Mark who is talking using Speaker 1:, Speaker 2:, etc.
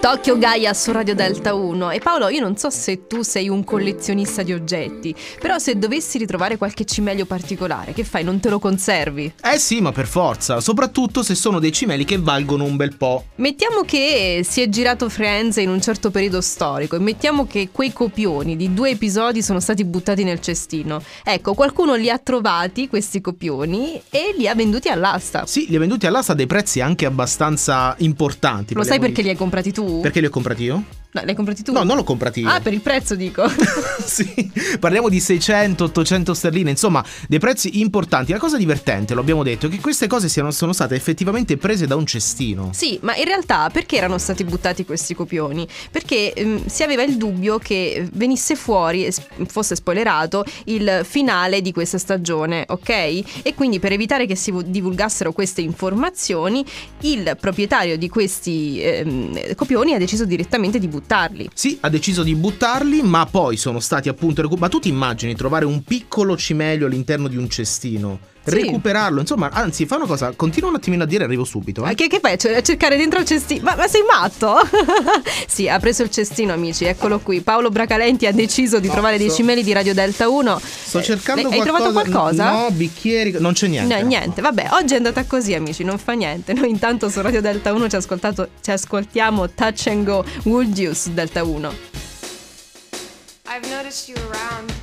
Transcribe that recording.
Speaker 1: Tokyo Gaia su Radio Delta 1 e Paolo io non so se tu sei un collezionista di oggetti però se dovessi ritrovare qualche cimelio particolare che fai non te lo conservi
Speaker 2: Eh sì, ma per forza, soprattutto se sono dei cimeli che valgono un bel po'.
Speaker 1: mettiamo che si è girato Friends in un certo periodo storico e mettiamo che quei copioni di due episodi sono stati buttati nel cestino ecco qualcuno li ha trovati questi copioni e li ha venduti all'asta
Speaker 2: Sì, li ho venduti all'asta a dei prezzi anche abbastanza importanti.
Speaker 1: lo sai
Speaker 2: Parliamo
Speaker 1: perché
Speaker 2: di-
Speaker 1: li hai comprati tu?
Speaker 2: Perché li ho comprati io?
Speaker 1: No, li hai comprati tu?
Speaker 2: No, non l'ho comprati io.
Speaker 1: Ah, per il prezzo dico.
Speaker 2: sì, parliamo di 600-800 sterline, insomma, dei prezzi importanti. La cosa divertente, lo abbiamo detto, è che queste cose siano- sono state effettivamente prese da un cestino.
Speaker 1: Sì, ma in realtà perché erano stati buttati questi copioni? Perché ehm, si aveva il dubbio che eh, venisse fuori, e s- fosse spoilerato, il finale di questa stagione, ok? E quindi per evitare che si vu- divulgassero queste informazioni, il proprietario di questi ehm, copioni ha deciso direttamente di buttarli.
Speaker 2: Sì, ha deciso di buttarli, ma poi sono stati appunto recu- Ma tu ti immagini trovare un piccolo cimelio all'interno di un cestino?
Speaker 1: Sì.
Speaker 2: Recuperarlo, insomma, anzi, fa una cosa, continua un attimino a dire, arrivo subito.
Speaker 1: Ma
Speaker 2: Eh.
Speaker 1: Che, che fai? Cioè, cercare dentro il cestino? Ma, ma sei matto? sì, ha preso il cestino, amici, eccolo qui. Paolo Bracalenti ha deciso di
Speaker 2: No,
Speaker 1: trovare dei
Speaker 2: sto-
Speaker 1: cimeli di Radio Delta 1.
Speaker 2: Sto cercando
Speaker 1: Hai
Speaker 2: qualcosa.
Speaker 1: trovato qualcosa?
Speaker 2: No, bicchieri, non c'è
Speaker 1: No,
Speaker 2: niente.
Speaker 1: niente, vabbè, oggi è andata così amici, non fa niente. Noi intanto su Radio Delta 1 ci, ascoltato- ci ascoltiamo Touch and Go Wool Juice Delta 1.
Speaker 3: I've noticed you around.